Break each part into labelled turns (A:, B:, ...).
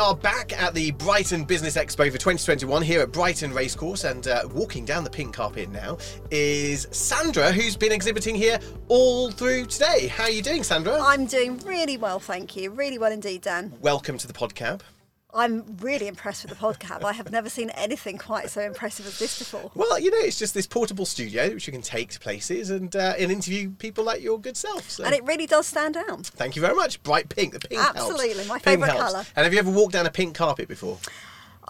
A: are back at the Brighton Business Expo for 2021 here at Brighton Racecourse, and uh, walking down the pink carpet now is Sandra, who's been exhibiting here all through today. How are you doing, Sandra?
B: I'm doing really well, thank you. Really well indeed, Dan.
A: Welcome to the podcab.
B: I'm really impressed with the podcab. I have never seen anything quite so impressive as this before.
A: Well, you know, it's just this portable studio which you can take to places and uh, and interview people like your good self. So.
B: And it really does stand out.
A: Thank you very much. Bright pink, the pink helps.
B: Absolutely, my
A: Pink
B: favourite
A: helps.
B: colour.
A: And have you ever walked down a pink carpet before?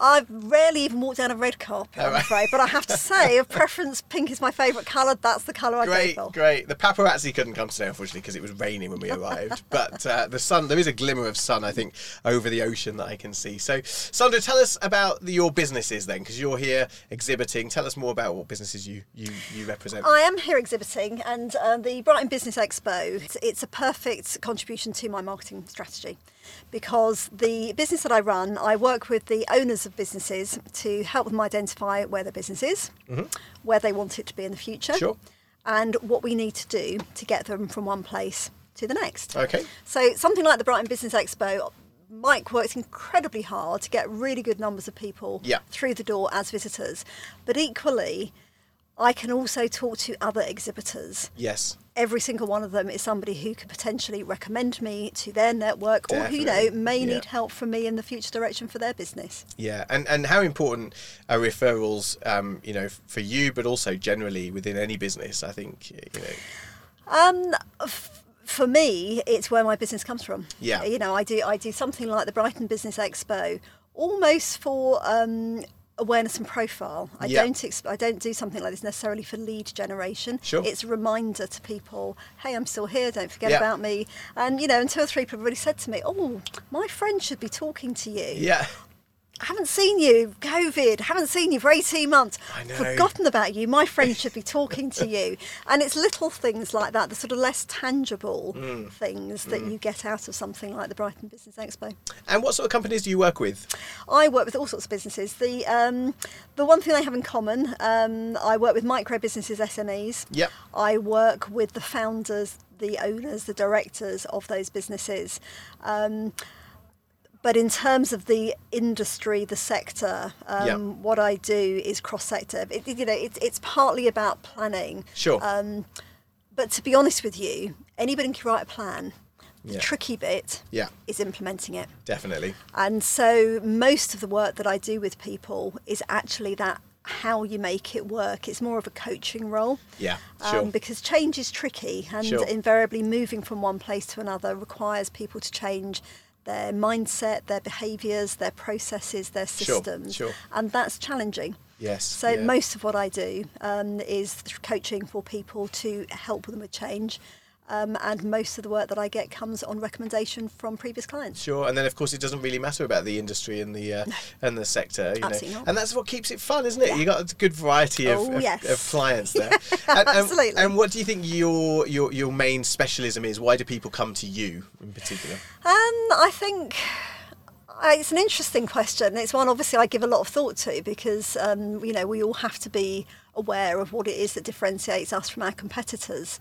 B: I've rarely even walked down a red carpet, I'm afraid, but I have to say, of preference, pink is my favourite colour. That's the colour I go
A: Great,
B: for.
A: great. The paparazzi couldn't come today, unfortunately, because it was raining when we arrived. But uh, the sun, there is a glimmer of sun, I think, over the ocean that I can see. So, Sandra, tell us about the, your businesses then, because you're here exhibiting. Tell us more about what businesses you you, you represent.
B: I am here exhibiting, and uh, the Brighton Business Expo. It's, it's a perfect contribution to my marketing strategy because the business that I run, I work with the owners of businesses to help them identify where their business is, where they want it to be in the future,
A: Mm-hmm. Sure.
B: and what we need to do to get them from one place to the next.
A: Okay.
B: So something like the Brighton Business Expo, Mike works incredibly hard to get really good numbers of people
A: Yeah.
B: through the door as visitors. But equally, I can also talk to other exhibitors.
A: Yes.
B: Every single one of them is somebody who could potentially recommend me to their network or who you
A: Definitely,
B: know may
A: yeah.
B: need help from me in the future direction for their business.
A: Yeah, and, and how important are referrals, um, you know, for you, but also generally within any business? I think, you know,
B: for me, it's where my business comes from.
A: Yeah.
B: You know, I do I do something like the Brighton Business Expo, almost for um, awareness and profile. I
A: Yeah.
B: don't ex- I don't do something like this necessarily for lead generation.
A: Sure.
B: It's a reminder to people, hey, I'm still here. Don't forget
A: Yeah.
B: about me. And you know, and two or three people really said to me, oh, my friend should be talking to you.
A: yeah,
B: I haven't seen you, COVID, haven't seen you for 18 months,
A: I know.
B: forgotten about you, my friend should be talking to you. And it's little things like that, the sort of less tangible
A: Mm.
B: things that you get out of something like the Brighton Business Expo.
A: and what sort of companies do you work with?
B: I work with all sorts of businesses. The, um, the one thing they have in common, um, I work with micro businesses, SMEs.
A: Yep.
B: I work with the founders, the owners, the directors of those businesses. Um, but in terms of the industry, the sector, um,
A: Yeah.
B: what I do is cross-sector. It, you know, it, it's partly about planning.
A: Sure.
B: Um, but to be honest with you, anybody can write a plan. The
A: Yeah.
B: tricky bit
A: Yeah.
B: is implementing it.
A: Definitely.
B: And so most of the work that I do with people is actually that how you make it work. It's more of a coaching role. Um,
A: Yeah, sure.
B: because change is tricky, and
A: Sure.
B: invariably moving from one place to another requires people to change their mindset, their behaviours, their processes, their
A: Sure,
B: systems.
A: sure.
B: And that's challenging.
A: Yes,
B: So
A: yeah.
B: most of what I do um, is th- coaching for people to help them with change. Um, and most of the work that I get comes on recommendation from previous clients.
A: Sure, and then of course it doesn't really matter about the industry and the uh, and the sector, you
B: Absolutely
A: know,
B: not.
A: and that's what keeps it fun, isn't it? You got a good variety of,
B: Oh,
A: of,
B: yes.
A: of clients there. And- and,
B: absolutely.
A: And what do you think your your your main specialism is? Why do people come to you in particular?
B: Um, I think uh, it's an interesting question. It's one obviously I give a lot of thought to because um, you know we all have to be aware of what it is that differentiates us from our competitors.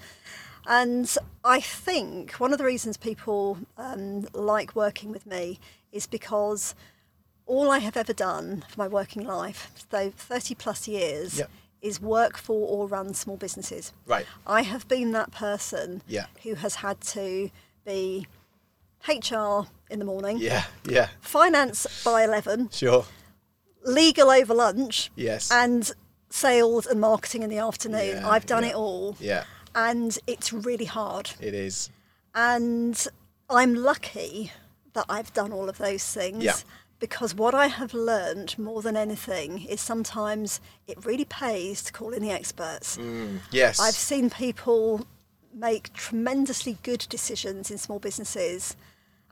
B: And I think one of the reasons people um, like working with me is because all I have ever done for my working life, so 30 plus years,
A: Yep.
B: is work for or run small businesses.
A: Right.
B: I have been that person
A: Yeah.
B: who has had to be HR in the morning,
A: Yeah, yeah,
B: finance by 11,
A: sure,
B: legal over lunch,
A: Yes.
B: and sales and marketing in the afternoon.
A: Yeah,
B: I've done
A: yeah.
B: it all.
A: yeah,
B: And it's really hard.
A: it is.
B: And I'm lucky that I've done all of those things.
A: Yeah.
B: Because what I have learned more than anything is sometimes it really pays to call in the
A: Mm.
B: experts.
A: Yes,
B: I've seen people make tremendously good decisions in small businesses,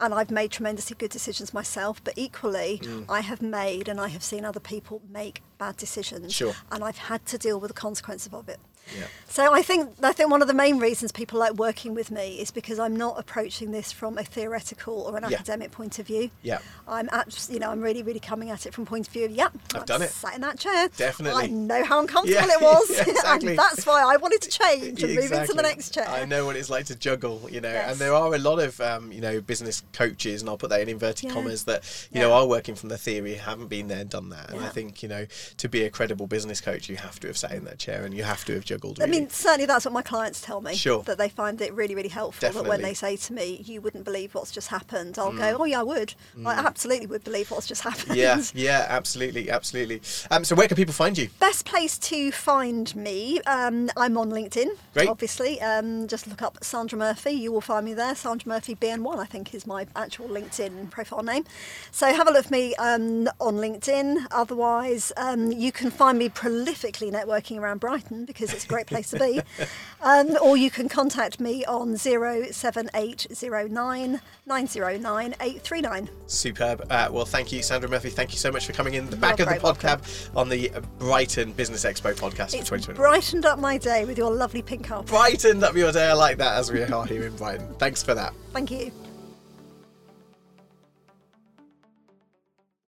B: and I've
A: Mm.
B: made tremendously good decisions myself. But equally, I have made and I have seen other people make bad decisions.
A: Sure.
B: And I've had to deal with the consequences of it.
A: Yeah.
B: So I think I think one of the main reasons people like working with me is because I'm not approaching this from a theoretical or an
A: Yeah.
B: academic point of view.
A: Yeah.
B: I'm abs- you know I'm really really coming at it from point of view of yeah
A: I've
B: I'm
A: done it.
B: sat in that chair
A: Definitely.
B: I know how uncomfortable
A: Yeah,
B: it was
A: yeah, exactly.
B: and that's why I wanted to change and move into
A: Exactly.
B: the next chair.
A: I know what it's like to juggle, you know,
B: Yes.
A: and there are a lot of, um, you know, business coaches, and I'll put that in inverted
B: Yeah.
A: commas, that, you
B: Yeah.
A: know, are working from the theory, haven't been there, and done that. And I
B: Yeah.
A: think, you know, to be a credible business coach, you have to have sat in that chair and you have to have juggled.
B: I
A: really.
B: mean, certainly that's what my clients tell me.
A: Sure.
B: That they find it really, really helpful. That when
A: Definitely. Mm.
B: they say to me, you wouldn't believe what's just happened, I'll go, oh, yeah, I would. I absolutely would believe what's just happened.
A: yeah, yeah, absolutely, absolutely. Um, so, where can people find you?
B: Best place to find me, um, I'm on LinkedIn,
A: Great.
B: obviously. Um, just look up Sandra Murphy, you will find me there. Sandra Murphy BN1, I think, is my actual LinkedIn profile name. So have a look at me um, on LinkedIn. Otherwise, um, you can find me prolifically networking around Brighton because it's a great place to be. Um, or you can contact me on 07809 909 839.
A: Superb. Uh, well, thank you, Sandra Murphy. Thank you so much for coming in the back of the
B: very welcome.
A: podcast on the Brighton Business Expo podcast
B: It's
A: for 2021.
B: brightened up my day with your lovely pink carpet.
A: brightened up your day. I like that as we are here in Brighton. Thanks for that.
B: Thank you.